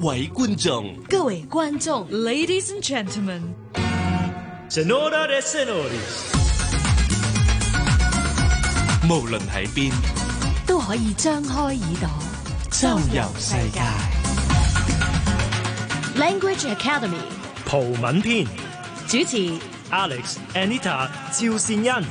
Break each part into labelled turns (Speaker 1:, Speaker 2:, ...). Speaker 1: 位觀眾。
Speaker 2: 各位觀眾，Ladies and Gentlemen，
Speaker 3: Senora e senori,
Speaker 1: 無論喺邊，
Speaker 2: 都可以張開耳朵。
Speaker 1: 周遊世界。
Speaker 2: Language Academy
Speaker 3: 葡文篇
Speaker 2: 主持
Speaker 3: Alex、Anita、趙善恩，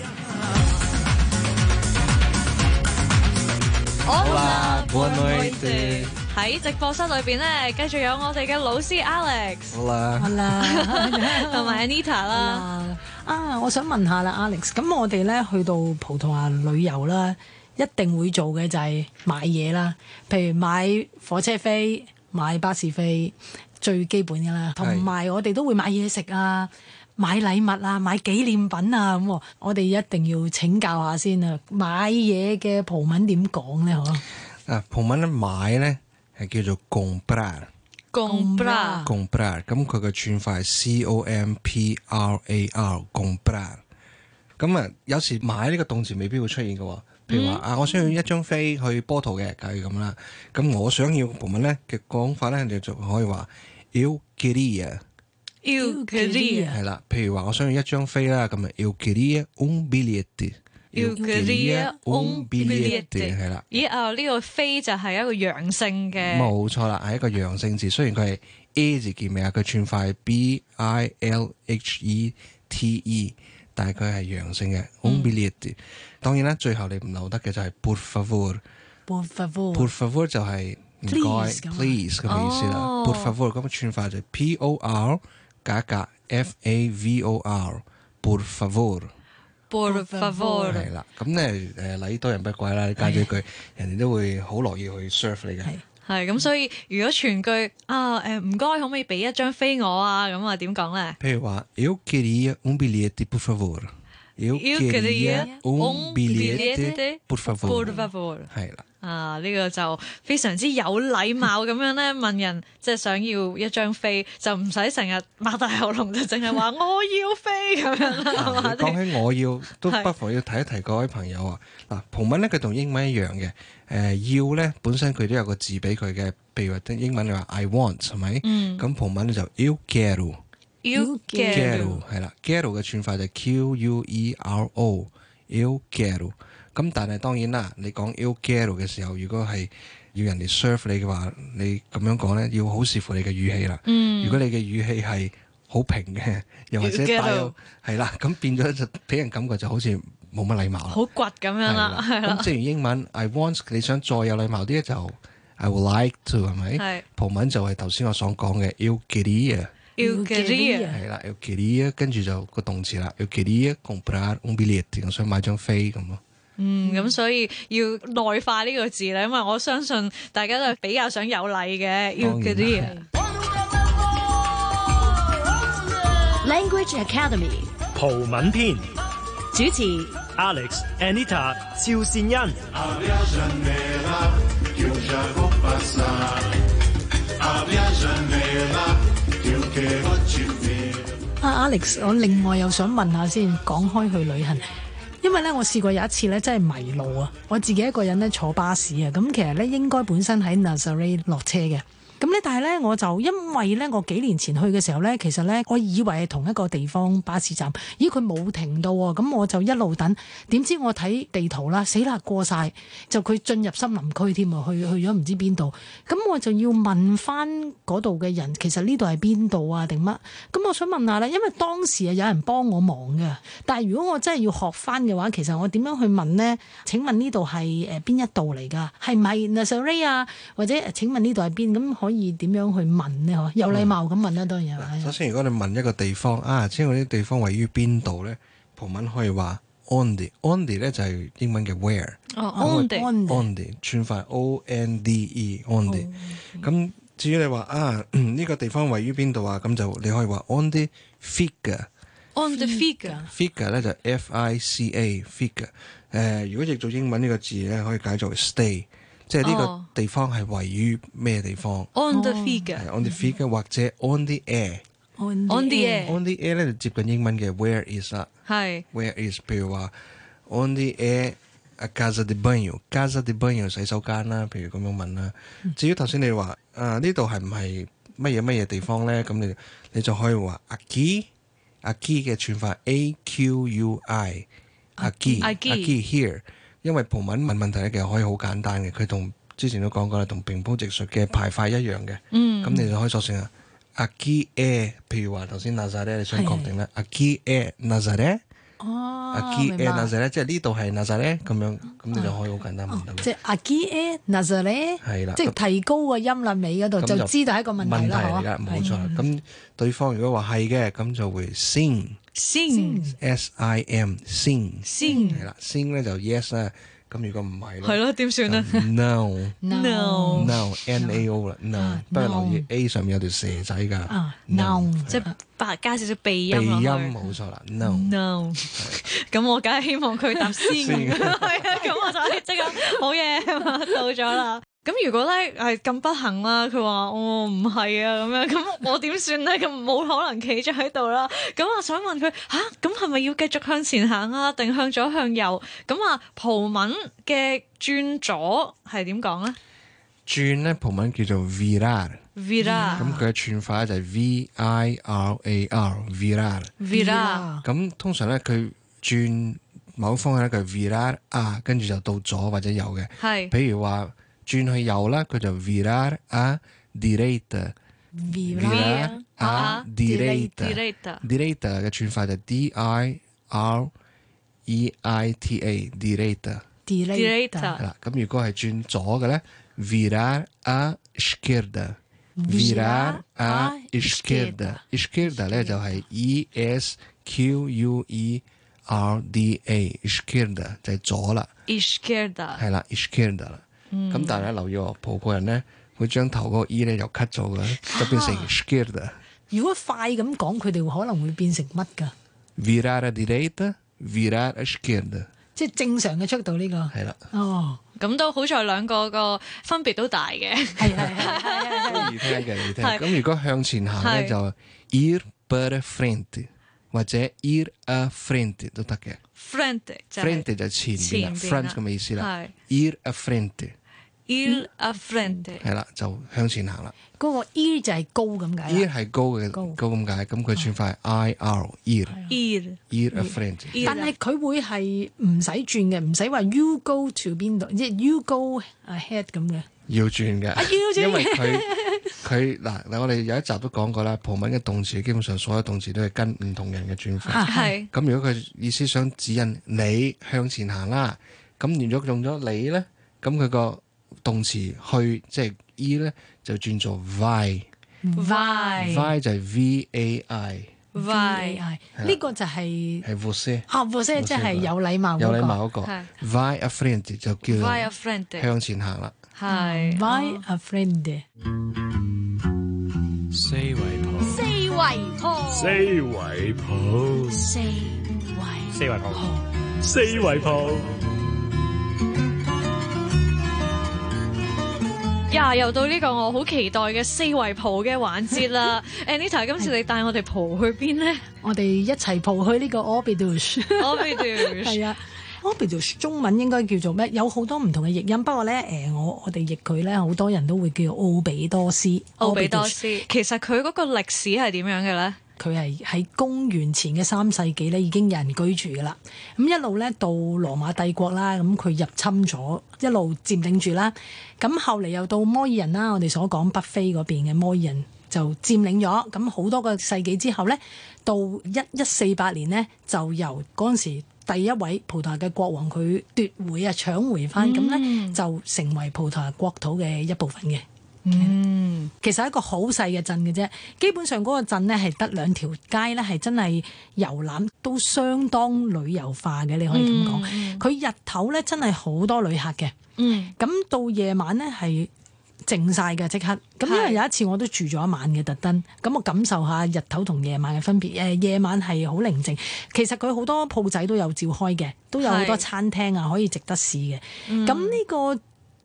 Speaker 4: Hola,
Speaker 5: buenas
Speaker 4: noches
Speaker 5: noches
Speaker 4: 喺直播室裏邊咧，繼續有我哋嘅老師 Alex
Speaker 5: 好啦，
Speaker 4: 同埋 Anita 啦。
Speaker 6: 啊，我想問下啦，Alex，咁我哋咧去到葡萄牙旅遊啦，一定會做嘅就係買嘢啦，譬如買火車飛、買巴士飛，最基本㗎啦。同埋我哋都會買嘢食啊、買禮物啊、買紀念品啊咁喎。我哋一定要請教下先啊，買嘢嘅葡文點講咧？嗬
Speaker 5: 啊葡文咧買咧係叫做 comprar，comprar，
Speaker 4: Comprar
Speaker 5: 咁佢嘅串法係 c o m p r a r，comprar。咁啊，有時買呢個動詞未必會出現嘅喎，譬
Speaker 4: 嗯
Speaker 5: 如話啊，我需要一張飛去波圖嘅，梗係咁啦。咁我想要葡文咧嘅講法咧，你就可以話 eu queria。
Speaker 4: Eu queria
Speaker 5: 係啦，譬如話我想要一張飛啦，咁啊，eu queria un bilhete。
Speaker 4: Eu queria un bilhete
Speaker 5: 係啦，
Speaker 4: 咦啊！呢個飛就係一個陽性嘅
Speaker 5: 冇錯啦，係一個陽性字，雖然佢係 A 字結尾啊，佢串法係 B I L H E T E，但係佢係陽性嘅 u
Speaker 6: 嗯
Speaker 5: n b i l i t e 當然啦，最後你唔留得嘅就係 por favor，por
Speaker 6: Por favor
Speaker 5: favor 就係唔
Speaker 6: 嗯 Please
Speaker 5: 該
Speaker 6: 咁啊
Speaker 5: ，please 咁嘅意思啦。
Speaker 4: 哦
Speaker 5: por favor 咁嘅啊串法就係 P O R 加一格 F A V O R，por favor。
Speaker 4: por
Speaker 6: 嗯
Speaker 4: favor。
Speaker 5: 係啦，咁咧誒禮多人不怪啦，你加咗一句，人哋都會好樂意去 serve 你嘅。
Speaker 4: 係咁，所以如果全句啊誒唔該，可唔可以俾一張飛我啊？咁啊點講咧？
Speaker 5: 譬如話，eu queria um bilhete por favor。eu
Speaker 4: Eu queria
Speaker 5: um
Speaker 4: um
Speaker 5: bilhete
Speaker 4: bilhete
Speaker 5: por
Speaker 4: por
Speaker 5: favor。
Speaker 4: favor。
Speaker 5: 係 啦，
Speaker 4: 啊！呢、個就非常之有禮貌咁樣咧，問人即係想要一張飛，就唔使成日擘大喉嚨就淨係話我要飛咁樣啦，係嘛
Speaker 5: 啊講起我要，都
Speaker 4: 係
Speaker 5: 不妨要提一提各位朋友啊。嗱，葡文咧佢同英文一樣嘅，誒、要咧本身佢都有個字俾佢嘅，譬如話英文你話 I want 係咪？
Speaker 4: 嗯
Speaker 5: 咁葡文咧就 eu quero。
Speaker 4: ？You
Speaker 5: Quero 係啦，Quero 嘅串法就係 Q U E R O，Eu Quero。咁但係當然啦，你講 Eu Quero 嘅時候，如果係要人哋 serve 你嘅話，你咁樣講咧，要好視乎你嘅語氣啦。
Speaker 4: 嗯
Speaker 5: 如果你嘅語氣係好平嘅， 又或者
Speaker 4: Eu
Speaker 5: 帶有係啦，咁變咗就俾人感覺就好似冇乜禮貌啦。
Speaker 4: 好倔咁樣啦，
Speaker 5: 係
Speaker 4: 係啦，
Speaker 5: 咁正如英文 I want，你想再有禮貌啲就 I would like to 係
Speaker 4: 係
Speaker 5: 咪？葡文就係頭先我所講嘅 Eu Queria。
Speaker 4: 要 queria
Speaker 5: 係啦，eu queria，跟住就個動詞啦，eu queria comprar un bilhete，我想買張飛咁咯。
Speaker 4: 嗯，咁所以要內化呢個字咧，因為我相信大家都係比較想有禮嘅，要
Speaker 5: 當然
Speaker 4: queria。
Speaker 2: Language Academy
Speaker 3: 葡文篇
Speaker 2: 主持
Speaker 3: Alex、Anita、趙善恩，
Speaker 6: 啊，Alex，我另外又想問下先，講開去旅行，因為咧我試過有一次咧真係迷路啊，我自己一個人咧坐巴士啊，咁其實咧應該本身喺 Nazaré 落車嘅，咁咧但係咧我就因為咧我幾年前去嘅時候咧，其實咧我以為係同一個地方巴士站，咦佢冇停到喎，咁我就一路等，點知我睇地圖啦，死啦過晒，就佢進入森林區添啊，去去咗唔知邊度，咁我就要問翻嗰度嘅人，其實呢度係邊度啊定乜？咁我想問下啦，因為當時啊有人幫我忙嘅，但係如果我真係要學翻嘅話，其實我點樣去問呢？請問呢度係誒邊一度嚟㗎？係唔係 Nazare 啊？或者誒請問呢度係邊？咁可以點樣去問呢？嗬，有禮貌咁問啦，當然係
Speaker 5: 首
Speaker 6: 咪？
Speaker 5: 先，如果你問一個地方啊，知道呢個地方位於邊度咧，葡文可以話 onde，onde 咧就係英文嘅 where。
Speaker 4: 哦，on 地
Speaker 5: onde 串法 o n d e onde。咁至於你話啊呢個地方位於邊度啊，咁就你可以話 onde fica。
Speaker 4: on the figure
Speaker 5: figure 咧就 F I C A figure，誒、如果譯做英文呢個字咧，可以解作為 stay，即係
Speaker 4: 哦
Speaker 5: 呢個地方係位於咩地方？
Speaker 4: on the figure
Speaker 5: 係 on the figure 或者 on the air。
Speaker 4: on the air
Speaker 5: on the air 咧就接近英文嘅 where is 啦
Speaker 4: 係
Speaker 5: ，where is 譬如話 on the air 啊 casa de banho，casa de banho 洗手間啦，譬如咁樣問啦。至於頭先你話啊呢度係唔係乜嘢乜嘢地方咧？咁你你就可以話 aquí aquí 嘅串法 a q u i aquí
Speaker 4: Aquí
Speaker 5: aquí here，因為葡文問問題咧其實可以好簡單嘅，佢同之前都講過啦，同平鋪直述嘅排法一樣嘅。嗯，咁你就可以索性啊 aquí e，譬如話頭先 Nazaré 你想
Speaker 6: 係
Speaker 5: 確定咧 aquí e Nazaré。
Speaker 6: 哦，
Speaker 5: 阿基
Speaker 6: 明
Speaker 5: a 那
Speaker 6: 白。哦
Speaker 5: 仔咧，即係呢度係那仔咧，咁樣咁你就可以好簡單問到。
Speaker 6: 即係阿基 a Nazare，
Speaker 5: 係啦
Speaker 6: 即係提高個音量尾嗰度
Speaker 5: 咁
Speaker 6: 就知道係一個問題啦，係
Speaker 5: 問題嚟㗎，
Speaker 6: 嘛
Speaker 5: 冇錯啦。咁對方如果話係嘅，咁就會 sing
Speaker 4: 先
Speaker 5: s i m sing
Speaker 4: 先
Speaker 5: 係啦，sing 咧就 yes 啦。咁如果唔係
Speaker 4: 係
Speaker 5: 咧
Speaker 4: 咯，點算啊
Speaker 5: 就，no
Speaker 4: ？No。
Speaker 5: no n a o 啦，no
Speaker 6: 啊
Speaker 5: 不過留意
Speaker 6: no
Speaker 5: A 上面有條蛇仔㗎
Speaker 6: 啊，noun
Speaker 4: 即係白加少少鼻
Speaker 5: 鼻
Speaker 4: 音
Speaker 5: 音
Speaker 4: 落
Speaker 5: 啊
Speaker 4: 去。
Speaker 5: 冇錯啦，no
Speaker 6: 嗯
Speaker 4: No，咁我梗係希望佢答先，
Speaker 5: 先
Speaker 4: 係啊，咁我就可以即刻好嘢 到咗啦。咁如果咧係咁不幸啦，佢話我唔係啊咁樣，咁我點算咧？咁冇可能企咗喺度啦。咁我想問佢吓，咁係咪要繼續向前行啊？定向左向右？咁啊，葡文嘅轉左係點講啊咧
Speaker 5: 轉咧葡文叫做 virar。
Speaker 4: ？Vira，
Speaker 6: 啊
Speaker 5: 咁佢嘅串法咧就係 v i r a r virar。
Speaker 4: Vira，
Speaker 5: 咁通常咧，佢轉某方向咧，佢 virar 啊，跟住就到左或者右嘅。
Speaker 4: 係
Speaker 5: 譬如話轉去右啦，佢就 virar a direita，virar
Speaker 4: Virar 啊 a
Speaker 5: a
Speaker 4: direita
Speaker 5: direita，direita 嘅轉法就 d i r e i t a，direita
Speaker 6: Viral，Delete，
Speaker 4: Direita
Speaker 5: 係啦。咁如果係轉左嘅咧，virar a esquerda。Virar a esquerda，esquerda 咧就係 E S Q U E R D A，esquerda 就係左啦，
Speaker 4: Esquerda。
Speaker 5: 係啦，esquerda 啦。咁但係咧留意我葡國人咧，會將頭嗰個 E 咧又 cut 咗嘅，就變成 esquerda。
Speaker 6: 如果快咁講，佢哋可能會變成乜㗎？
Speaker 5: Virar a direita，virar a esquerda，
Speaker 6: 即係正常嘅速度呢個。
Speaker 5: 係啦。
Speaker 6: 哦，
Speaker 4: 咁都好在兩個個分別都大嘅，
Speaker 6: 係係係係係係。
Speaker 5: 易聽嘅，易聽。
Speaker 4: 係
Speaker 5: 咁如果向前行
Speaker 4: 係
Speaker 5: 咧，就 ir para frente 或者 ir a frente 都得嘅。
Speaker 4: friend 就係
Speaker 5: frente 就前邊啦
Speaker 4: 前邊
Speaker 5: ，front
Speaker 4: 啦
Speaker 5: 咁嘅意思啦
Speaker 4: 係。
Speaker 5: ir a frente
Speaker 4: il a friend，
Speaker 5: 係啦，就向前行啦。
Speaker 6: 嗰個 E 就係高咁解啦
Speaker 5: ir 係高嘅，
Speaker 6: 高
Speaker 5: 高咁解，咁佢轉法係 ir ir
Speaker 4: il
Speaker 5: ir a frente。
Speaker 4: il
Speaker 6: 但係佢會係唔使轉嘅，唔使話 you go to 邊度，即係 you go ahead 咁嘅。
Speaker 5: 要轉嘅，
Speaker 6: 轉嘅
Speaker 5: 因為佢佢嗱嗱，我哋有一集都講過啦，葡文嘅動詞基本上所有動詞都係跟唔同人嘅轉法。
Speaker 4: 係
Speaker 5: 咁如果佢意思想指引你向前行啦，咁如果用咗你咧，咁佢個動詞去即係 e 咧就轉做 vai，vai
Speaker 4: vai
Speaker 5: 就係 v a i
Speaker 4: vai
Speaker 6: 呢個就係
Speaker 5: 係 você
Speaker 6: 啊，或者即係有禮貌
Speaker 5: 有
Speaker 6: 嗰
Speaker 5: 禮
Speaker 6: 個。
Speaker 5: 貌嗰個
Speaker 4: 係
Speaker 5: vai a frente 就
Speaker 4: vai a
Speaker 5: 叫
Speaker 4: friend
Speaker 5: 向前行啦。
Speaker 4: 係
Speaker 6: Why a friend？
Speaker 7: 四圍蒲，
Speaker 3: 四圍蒲，四圍蒲，四圍蒲，
Speaker 4: 呀，又到呢個我好期待嘅四圍蒲嘅環節 啦，Anita，今次你帶我哋蒲去邊咧？
Speaker 6: 我哋一齊蒲去呢個 Orbidos。
Speaker 4: 我哋
Speaker 6: 係啊。Orbital 中文應該叫做咩？有好多唔同嘅譯音，不過咧，誒、我我哋譯佢咧，好多人都會叫奧比多斯。
Speaker 4: 奧比多
Speaker 6: Orbital
Speaker 4: 斯，其實佢嗰個歷史係點樣嘅咧？
Speaker 6: 佢係喺公元前嘅三世紀咧已經有人居住㗎啦。咁一路咧到羅馬帝國啦，咁佢入侵咗，一路佔領住啦。咁後嚟又到摩爾人啦，我哋所講北非嗰邊嘅摩爾人就佔領咗。咁好多個世紀之後咧，到一一四八年呢，就由嗰陣時。第一位葡萄牙嘅國王佢奪回啊，搶回翻咁咧就成為葡萄牙國土嘅一部分嘅。其實係一個好細嘅鎮嘅啫，基本上嗰個鎮呢係得兩條街呢係真係遊覽都相當旅遊化嘅，你可以咁講。佢、日頭呢真係好多旅客嘅，
Speaker 4: 嗯，
Speaker 6: 咁到夜晚呢係靜晒嘅即刻。咁因為有一次我都住咗一晚嘅特登，咁我感受下日頭同夜晚嘅分別。誒、夜晚係好寧靜，其實佢好多鋪仔都有照開嘅，都有好多
Speaker 4: 係
Speaker 6: 餐廳啊可以值得試嘅。咁呢、個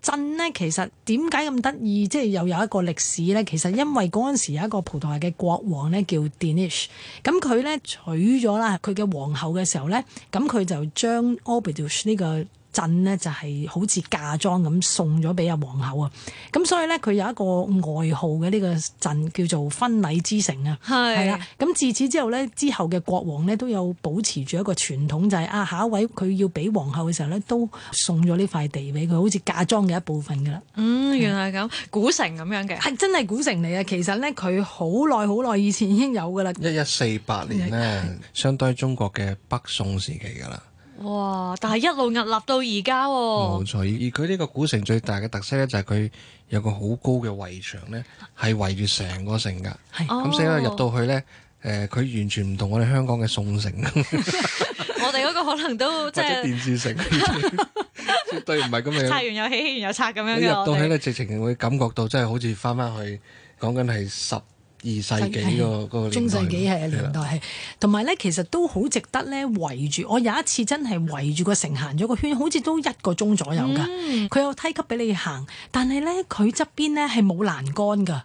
Speaker 6: 鎮呢，其實點解咁得意？即係又有一個歷史呢。其實因為嗰陣時有一個葡萄牙嘅國王呢，叫 Dinis，咁佢呢娶咗啦佢嘅皇后嘅時候呢，咁佢就將 Orbidos 呢個鎮呢，就係、好似嫁妝咁送咗俾阿皇后啊。咁所以呢，佢有一個外號嘅呢個鎮叫做婚禮之城啊。係啦
Speaker 4: 係，
Speaker 6: 咁自此之後咧，之後嘅國王咧都有保持住一個傳統，就係、啊下一位佢要俾皇后嘅時候咧，都送咗呢塊地俾佢，好似嫁妝嘅一部分噶啦。
Speaker 4: 嗯，原來係咁，古城咁樣嘅。
Speaker 6: 係真係古城嚟啊！其實咧，佢好耐好耐以前已經有噶啦。
Speaker 5: 一一四八年呢，相當於中國嘅北宋時期㗎啦。
Speaker 4: 哇！但係一路屹立到而家
Speaker 5: 冇
Speaker 4: 喎。
Speaker 5: 錯，而而佢呢個古城最大嘅特色呢，就係佢有個好高嘅圍牆呢，係圍住成個城㗎。
Speaker 4: 哦
Speaker 5: 咁所以咧入到去呢，誒、佢完全唔同我哋香港嘅宋城或
Speaker 4: 我哋嗰個可能都即
Speaker 5: 者
Speaker 4: 係
Speaker 5: 電視城，絕對唔係咁
Speaker 4: 拆
Speaker 5: 樣。
Speaker 4: 完又起，起完又拆咁樣
Speaker 5: 你
Speaker 4: 嘅。
Speaker 5: 入
Speaker 4: 我
Speaker 5: 到去
Speaker 4: 哋
Speaker 5: 咧，直情會感覺到真係好似翻翻去講緊係十二世紀個嗰個
Speaker 6: 中世紀係啊
Speaker 5: 係
Speaker 6: 年
Speaker 5: 啦
Speaker 6: 代係，同埋咧其實都好值得咧圍住。我有一次真係圍住個城行咗個圈，好似都一個鐘左右㗎。
Speaker 5: 嗯
Speaker 6: 佢、有梯級俾你行，但係咧佢側邊咧係冇欄杆㗎。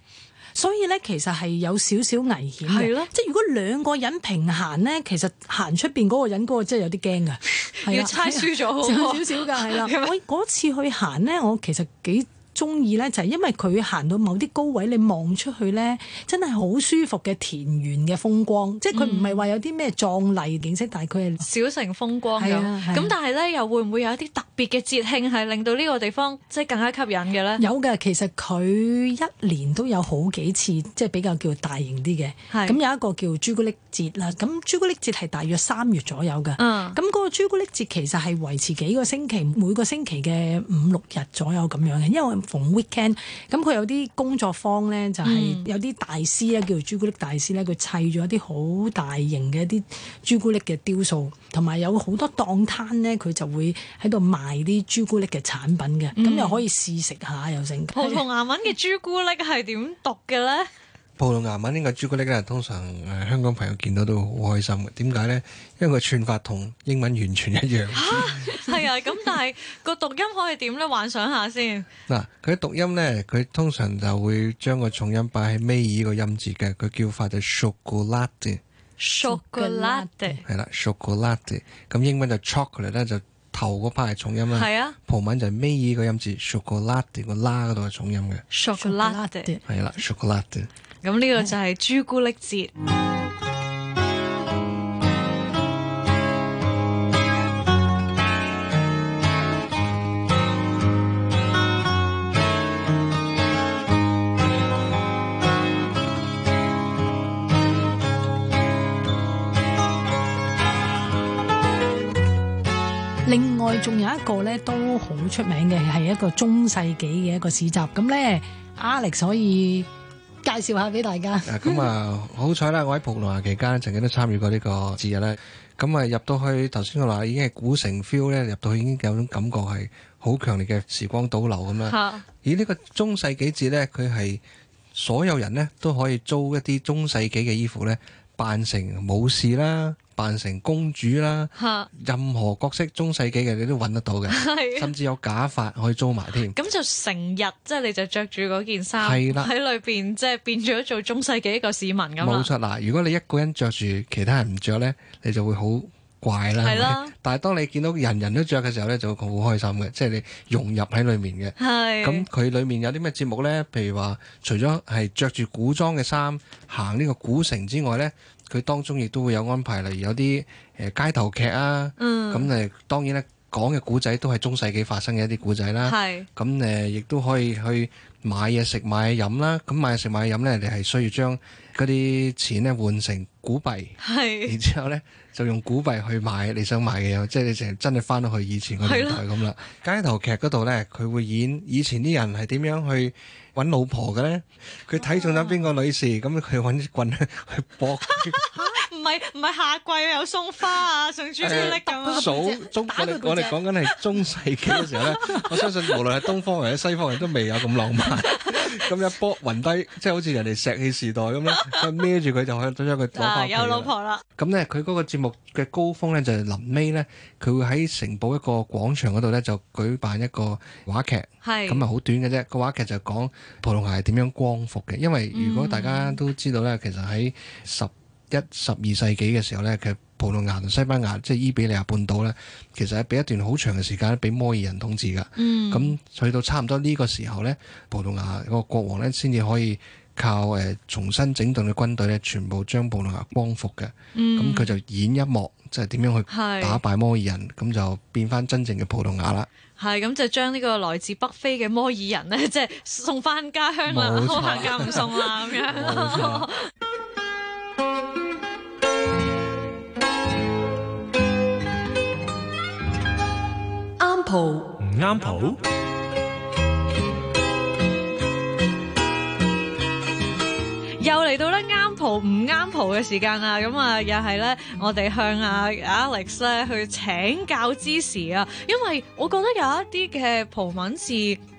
Speaker 6: 所以咧，其實係有少少危險嘅
Speaker 4: 係咯
Speaker 6: 即係如果兩個人平行咧，其實行出邊嗰個人嗰、個真係有啲驚㗎， 係
Speaker 4: 要
Speaker 6: 啦
Speaker 4: 猜輸咗
Speaker 6: 就
Speaker 4: 好
Speaker 6: 有
Speaker 4: 喎
Speaker 6: 少少㗎，係 啦。我嗰次去行咧，我其實幾中意咧，就係、因為佢行到某啲高位，你望出去咧，真係好舒服嘅田園嘅風光。即係佢唔係話有啲咩壯麗景色，但係佢係
Speaker 4: 小城風光咁。
Speaker 6: 係啊係啊
Speaker 4: 咁但係咧，又會唔會有一啲特別嘅節慶係令到呢個地方即係更加吸引 嘅咧？
Speaker 6: 有嘅。其實佢一年都有好幾次，即係比較叫大型啲嘅。
Speaker 4: 係
Speaker 6: 咁有一個叫朱古力節啦。咁朱古力節係大約三月左右嘅。
Speaker 4: 嗯
Speaker 6: 咁嗰個朱古力節其實係維持幾個星期，每個星期嘅五六日左右咁樣嘅，因為逢 weekend，咁佢有啲工作坊咧就係有啲大師咧，叫做朱古力大師咧，佢砌咗一啲好大型嘅一啲朱古力嘅雕塑，同埋有好多檔攤咧，佢就會喺度賣啲朱古力嘅產品嘅，咁、又可以試食下又成。
Speaker 4: 葡萄牙文嘅朱古力係點讀嘅咧？
Speaker 5: 葡萄牙文呢個朱古力咧，通常誒香港朋友見到都好開心嘅。點解呢？因為佢串法同英文完全一樣。
Speaker 4: 係啊，咁但係個讀音可以點咧？幻想下先。
Speaker 5: 嗱，佢讀音呢，佢通常就會將個重音擺喺尾二個音節嘅，佢叫法就 chocolate，
Speaker 4: chocolate
Speaker 5: 係啦，chocolate。咁英文就 chocolate 咧，就頭嗰 part 係重音啦。
Speaker 4: 係啊
Speaker 5: 葡文就係尾二個音節 chocolate 個啦嗰度係重音嘅，
Speaker 4: chocolate。
Speaker 5: 係啦，chocolate。
Speaker 4: 咁呢個就係朱古力節。
Speaker 6: 另外仲有一個咧都好出名嘅，係一個中世紀嘅一個市集。咁咧，Alex 可以介紹下俾大家。
Speaker 5: 啊，咁
Speaker 4: 嗯
Speaker 5: 啊，好彩啦！我喺葡萄牙期間曾經都參與過呢個節日咧。咁啊，入到去頭先我話已經係古城 feel 咧，入到去已經有種感覺係好強烈嘅時光倒流咁啦。
Speaker 4: 嚇
Speaker 5: 而呢個中世紀節咧，佢係所有人咧都可以租一啲中世紀嘅衣服咧，扮成武士啦，扮成公主啦，
Speaker 4: 嚇，
Speaker 5: 任何角色中世紀嘅你都揾得到 嘅，
Speaker 4: 係。
Speaker 5: 甚至有假髮可以租埋添。
Speaker 4: 咁就成日即係你就着住嗰件衫
Speaker 5: 係啦
Speaker 4: 喺裏邊，即係變咗做中世紀一個市民咁啊
Speaker 5: 冇
Speaker 4: 啦。
Speaker 5: 錯嗱，如果你一個人着住，其他人唔着呢，你就會好怪啦。
Speaker 4: 係啦
Speaker 5: 係咪但係當你見到人人都着嘅時候呢，就會好開心嘅，即係你融入喺裡面嘅。
Speaker 4: 係。
Speaker 5: 咁佢裡面有啲咩節目呢？譬如話，除咗係着住古裝嘅衫行呢個古城之外呢，佢當中亦都會有安排，例如有啲誒、呃街頭劇啊，
Speaker 4: 嗯
Speaker 5: 咁誒、當然咧講嘅古仔都係中世紀發生嘅一啲古仔啦。
Speaker 4: 係
Speaker 5: 咁誒，亦都可以去買嘢食、買嘢飲啦。咁買嘢食、買嘢飲呢，你係需要將嗰啲錢咧換成古幣，
Speaker 4: 係
Speaker 5: 然之後呢，就用古幣去買你想買嘅嘢，即係你成真係翻到去以前個年代咁啦。街頭劇嗰度呢，佢會演以前啲人係點樣去揾老婆嘅呢？佢睇中咗邊個女士，咁佢揾支棍去搏
Speaker 4: 唔係唔係夏季有送花啊，送朱古力咁啊。
Speaker 5: 數中我哋我哋講緊係中世紀嘅時候咧，我相信無論係東方人或者西方人都未有咁浪漫。 咁一波暈低，即係好似人哋石器時代咁啦，佢孭住佢就可以將佢攞
Speaker 4: 嗱，
Speaker 5: 翻
Speaker 4: 有老婆啦，
Speaker 5: 咁咧，佢嗰個節目嘅高峰咧就係臨尾咧，佢會喺城堡一個廣場嗰度咧就舉辦一個話劇。
Speaker 4: 係
Speaker 5: 咁啊，好短嘅啫。個話劇就講葡萄牙係點樣光復嘅，因為如果大家都知道咧，其實喺十一十二世紀嘅時候咧，其實葡萄牙同西班牙即係伊比利亞半島咧，其實係俾一段好長嘅時間咧俾摩爾人統治㗎。咁、去到差唔多呢個時候咧，葡萄牙個國王咧先至可以靠誒、呃重新整頓嘅軍隊咧，全部將葡萄牙光復嘅。咁佢、就演一幕，即係點樣去
Speaker 4: 係
Speaker 5: 打敗摩爾人，咁就變翻真正嘅葡萄牙啦。
Speaker 4: 係咁就將呢個來自北非嘅摩爾人咧，即係送翻家鄉啦，
Speaker 5: 冇錯
Speaker 4: 好行家唔送啦咁樣。
Speaker 5: 冇錯
Speaker 2: 啱蒲
Speaker 3: 唔啱譜，
Speaker 4: 又嚟到咧啱蒲唔啱蒲嘅時間啦，咁啊又係咧，我哋向阿 Alex 咧去請教之時啊，因為我覺得有一啲嘅葡文字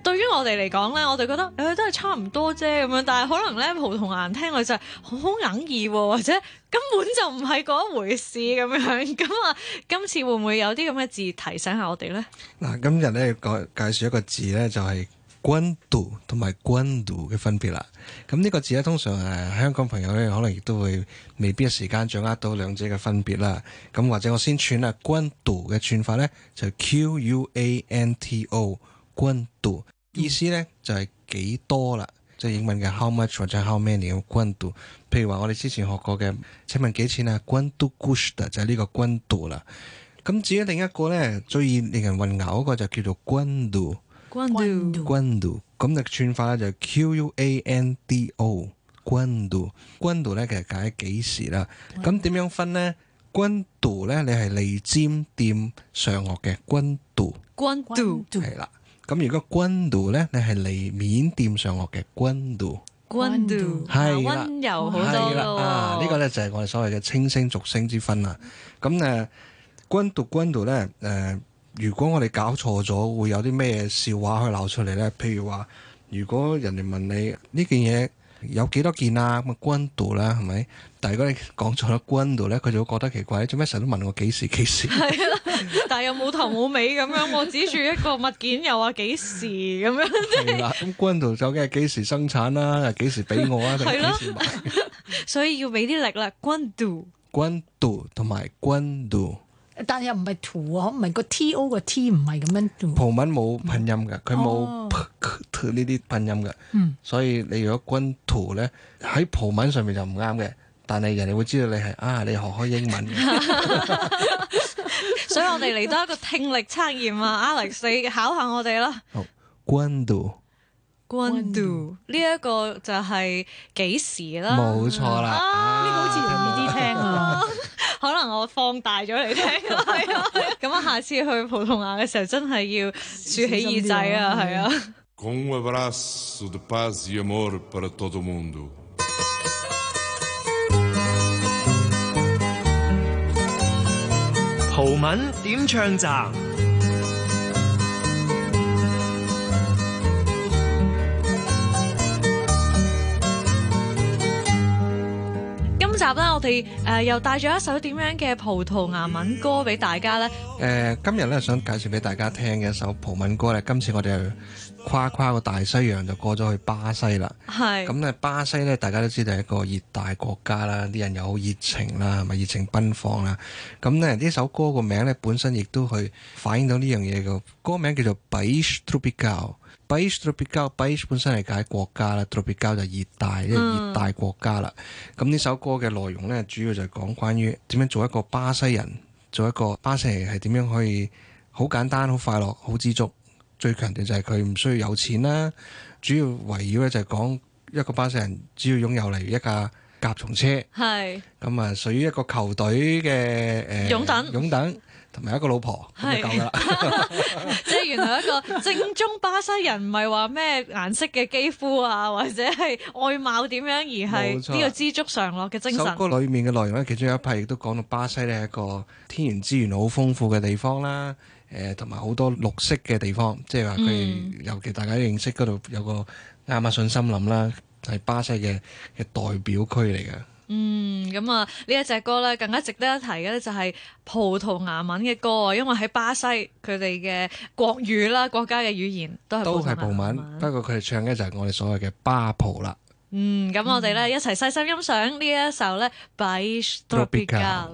Speaker 4: 對於我哋嚟講咧，我哋覺得誒、呃都係差唔多啫咁樣，但係可能咧葡萄牙人聽落就係好硬耳喎，或者根本就唔呃係嗰一回事咁樣，咁啊今次會唔會有啲咁嘅字提醒下我哋咧？
Speaker 5: 嗱，今日咧介介紹一個字咧，就係 guandu 同埋 guandu 嘅分別啦。咁呢個字咧，通常誒香港朋友咧，可能亦都會未必一時間掌握到兩者嘅分別啦。咁或者我先串啦，guandu 嘅串法咧就 Q U A N T O guandu，意思咧就係幾多啦。即係英文嘅 how much 或者 how many 咁 guandu，譬如話我哋之前學過嘅，請問幾錢啊？guandu gusta 就係呢個 guandu 啦。咁至於另一個咧，最易令人混淆嗰個就叫做 Guandu
Speaker 6: 君度
Speaker 5: Guandu，咁嘅串法咧就 Q U A N D O Guandu Guandu 咧其實解幾時啦？咁點樣分呢？Guandu 咧，你係脷尖掂上顎嘅 Guandu
Speaker 4: 君度
Speaker 6: 君
Speaker 5: 係啦。咁如果 Guandu 咧，你係脷面掂上顎嘅 Guandu
Speaker 4: 君度
Speaker 5: 係啦
Speaker 4: 温柔好
Speaker 5: 係
Speaker 4: 多
Speaker 5: 啦，啊
Speaker 4: 咯，
Speaker 5: 呢個咧就係我哋所謂嘅清聲俗聲之分啦。咁誒，君讀君讀咧誒，如果我哋搞錯咗，會有啲咩笑話可以鬧出嚟咧？譬如話，如果人哋問你呢件嘢有幾多件啊？咁啊，君讀啦，係咪？但係如果你講錯咗君讀咧，佢就會覺得奇怪，做咩成日都問我幾時幾時？
Speaker 4: 但係又冇頭冇尾咁樣，我指住一個物件又話幾時咁樣，
Speaker 5: 係啦，咁君讀究竟係幾時生產啦、啊？幾時俾我啊？定
Speaker 4: 係咯
Speaker 5: 係幾時買？
Speaker 4: 所以要俾啲力啦，君度
Speaker 5: 君讀同埋君讀。
Speaker 6: 但又唔係 to 啊，唔係個 T O 個 T 唔係咁樣啊 to。
Speaker 5: 葡文冇拼音嘅，佢冇
Speaker 6: 哦
Speaker 5: p k 呢啲拼音嘅，
Speaker 6: 嗯
Speaker 5: 所以你如果君圖咧喺葡文上面就唔啱嘅，但係人哋會知道你係啊，你學開英文 嘅，
Speaker 4: 所以我哋嚟多一個聽力測驗啊，Alex 你考下我哋啦，
Speaker 5: 好君圖
Speaker 4: 君度呢一個就係幾時啦，
Speaker 5: 冇錯啦，
Speaker 4: 啊
Speaker 5: 啊
Speaker 6: 呢個好似容易啲聽啊，
Speaker 4: 可能我放大咗嚟聽，係啊，咁啊下次去葡萄牙嘅時候真係要豎起耳仔啊，係啊。
Speaker 7: Com um abraço de paz e amor para todo mundo.
Speaker 3: 葡文點唱站？
Speaker 4: 今集咧，我哋誒、呃又帶咗一首點樣嘅葡萄牙文歌俾大家咧。
Speaker 5: 誒、今日咧想介紹俾大家聽嘅一首葡文歌咧，今次我哋跨跨個大西洋就過咗去巴西啦。
Speaker 4: 係
Speaker 5: 咁咧，巴西咧，大家都知道係一個熱帶國家啦，啲人又好熱情啦，係咪熱情奔放啦？咁咧，呢首歌個名咧，本身亦都去反映到呢樣嘢嘅。歌名叫做《País Tropical》。País Tropical，País 本身係解國家啦，Tropical 就熱帶，即係熱帶國家啦。咁呢首歌嘅內容咧，主要就係講關於點樣做一個巴西人，做一個巴西人係點樣可以好簡單、好快樂、好知足。最強調就係佢唔需要有錢啦，主要圍繞咧就係講一個巴西人只要擁有例如一架甲蟲車，
Speaker 4: 係
Speaker 5: 咁啊屬於一個球隊嘅誒
Speaker 4: 擁躉
Speaker 5: 擁躉，同埋一個老 婆咁就夠㗎啦。
Speaker 4: 即係原來 一個正宗巴西人，唔係話咩顏色嘅肌膚啊，或者係外貌點樣，而
Speaker 5: 冇
Speaker 4: 係
Speaker 5: 錯
Speaker 4: 呢個知足常樂嘅精
Speaker 5: 首
Speaker 4: 神。
Speaker 5: 歌裏面嘅內容咧，其中有一批亦都講到巴西咧係一個天然資源好豐富嘅地方啦，誒同埋好多綠色嘅地方，即係話佢
Speaker 4: 嗯
Speaker 5: 哋尤其大家認識嗰度有個亞馬遜森林啦，係巴西嘅嘅代表區嚟嘅。
Speaker 4: 嗯，咁啊呢一隻歌咧更加值得一提嘅咧，就係葡萄牙文嘅歌啊，因為喺巴西佢哋嘅國語啦，國家嘅語言都係
Speaker 5: 都
Speaker 4: 葡萄
Speaker 5: 係
Speaker 4: 牙
Speaker 5: 葡文，
Speaker 4: 文。
Speaker 5: 不過佢哋唱嘅就係我哋所謂嘅巴葡啦。
Speaker 4: 嗯，咁我哋咧一齊細心欣賞呢一首咧《País Tropical》。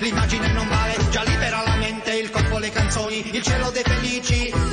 Speaker 8: l'immagine non vale, già libera la mente, il corpo le canzoni, il cielo dei felici.